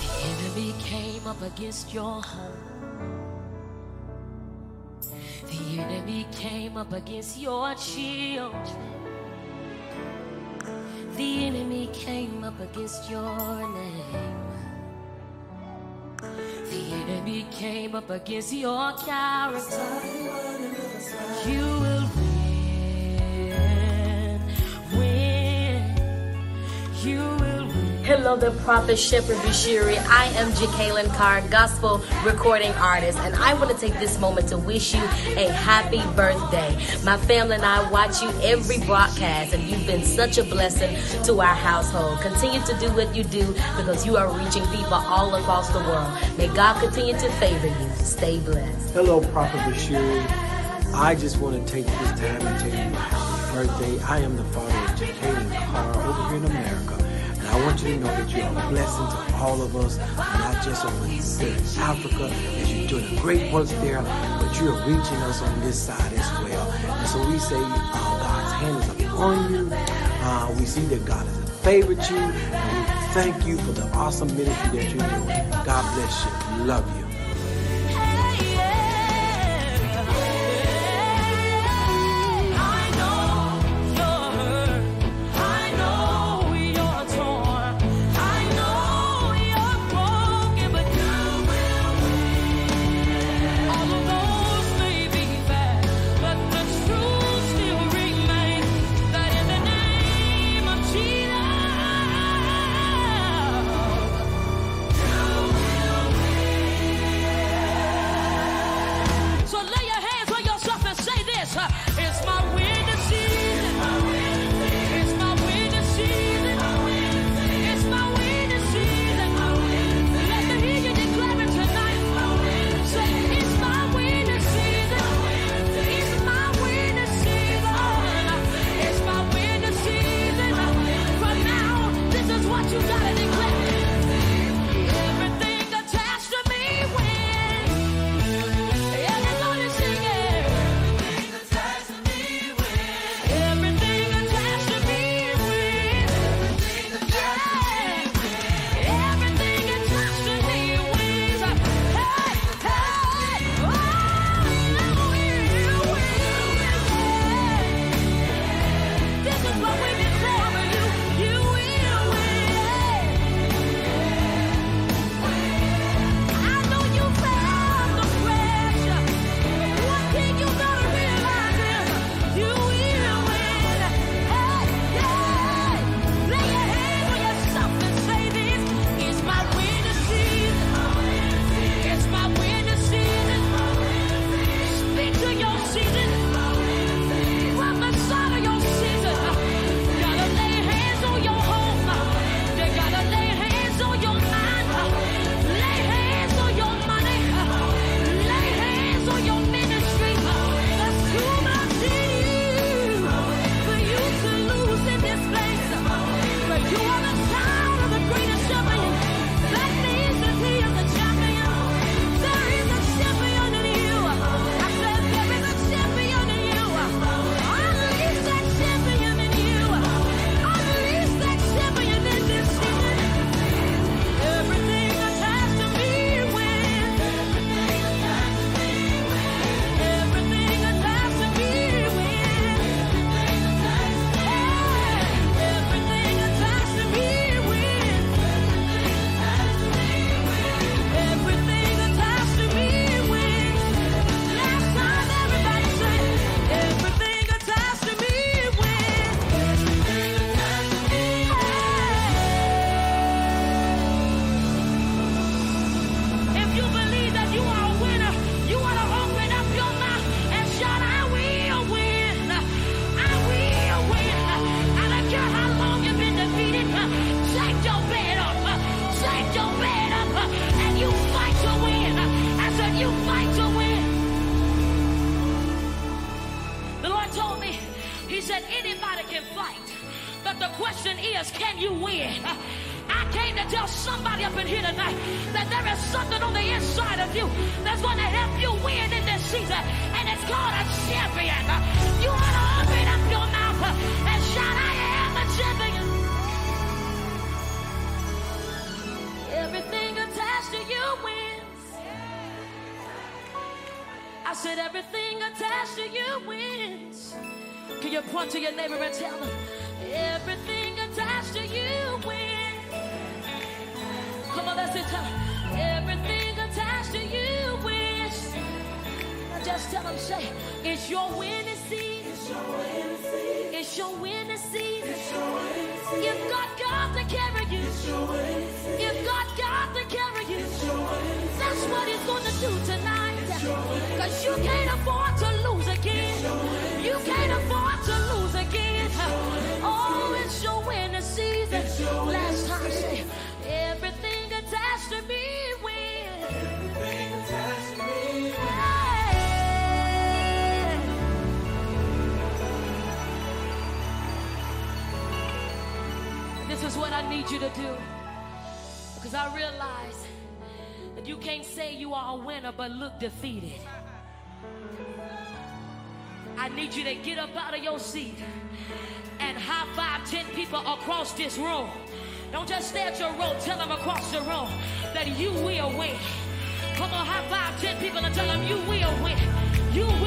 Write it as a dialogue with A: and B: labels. A: The enemy came up against your home. The enemy came up against your children. The enemy came up against your name. The enemy came up against your character. You will win, win, you will win. Hello, the prophet Shepherd Bashiri. I am Jacqueline Carr, gospel recording artist, and I want to take this moment to wish you a happy birthday. My family and I watch you every broadcast, and you've been such a blessing to our household. Continue to do what you do because you are reaching people all across the world. May God continue to favor you. Stay blessed.
B: Hello, Prophet Bashir. I just want to take this time and tell you happy birthday. I am the father of Jacqueline Carr over here in America. And I want you to know that you are a blessing to all of us, not just over there in Africa, as you're doing great work there, but you're reaching us on this side as well. And so we say uh, God's hand is upon you. Uh, we see that God has favored you. And we thank you for the awesome ministry that you're doing. God bless you. Love you.
A: So lay your hands on yourself and say this. uh, It's my winning season. It's my winning season. It's my winning season. Let me hear you declare it tonight. Say, it's my winning season. It's my winning season. It's my winning season. From now, on, this is what you gotta declare. Everything attached to me wins. Everybody sing it. Everything attached to me wins. Everything attached to me wins. Everything attached to me wins. Everything attached to me wins. Hey, hey, oh, you win. This is what we declare over you. You will win. I know you felt the pressure. One thing you gotta realize is you will win. Hey, hey, lay your hands on yourself and say this: It's my winning season. It's my winning season. Speak to your season. Prophesy to your season. Gotta lay hands on your home. They gotta lay hands on your mind. Lay hands on your money. Lay hands on your ministry. That's too much for you to lose in this place. But you are the child of the greatest shepherd. That means that he is the champion. There is a champion in you. I said there is a champion in you. Unleash that champion in you. Unleash that champion in this season. Everything attached to me wins. Everything attached to me wins. Hey, everything attached to me wins. Everything attached to me wins. Last time everybody said, everything attached to me wins. Everything attached to me If you believe that you are a winner, you want to open up your mouth and shout, I will win. I will win. I don't care how long you've been defeated. Take your bed up. Take your bed up. And you fight to win. I said, you fight to win. The Lord told me, He said, anybody can fight. But the question is, can you win? I came to tell somebody up in here tonight that there is something on the inside of you that's going to help you win in this season. And called a champion. You ought to open up your mouth and shout, I am a champion. Everything attached to you wins. I said, everything attached to you wins. Can you point to your neighbor and tell them, everything attached to you wins? Come on, that's it. Tell them, everything attached to you wins. Now just tell them, say, it's your winning season. It's your winning season. You've got God to carry you. You've got God to carry you. That's what He's going to do tonight. Because you can't afford to lose again. You can't afford to lose again. Oh, it's your winning season. Last time I said, everything attached to me wins. Hey. This is what I need you to do. Because I realize that you can't say you are a winner but look defeated. I need you to get up out of your seat and high five 10 people across this room. Don't just stay at your room, tell them across the room that you will win. Come on, high five 10 people and tell them you will win. You will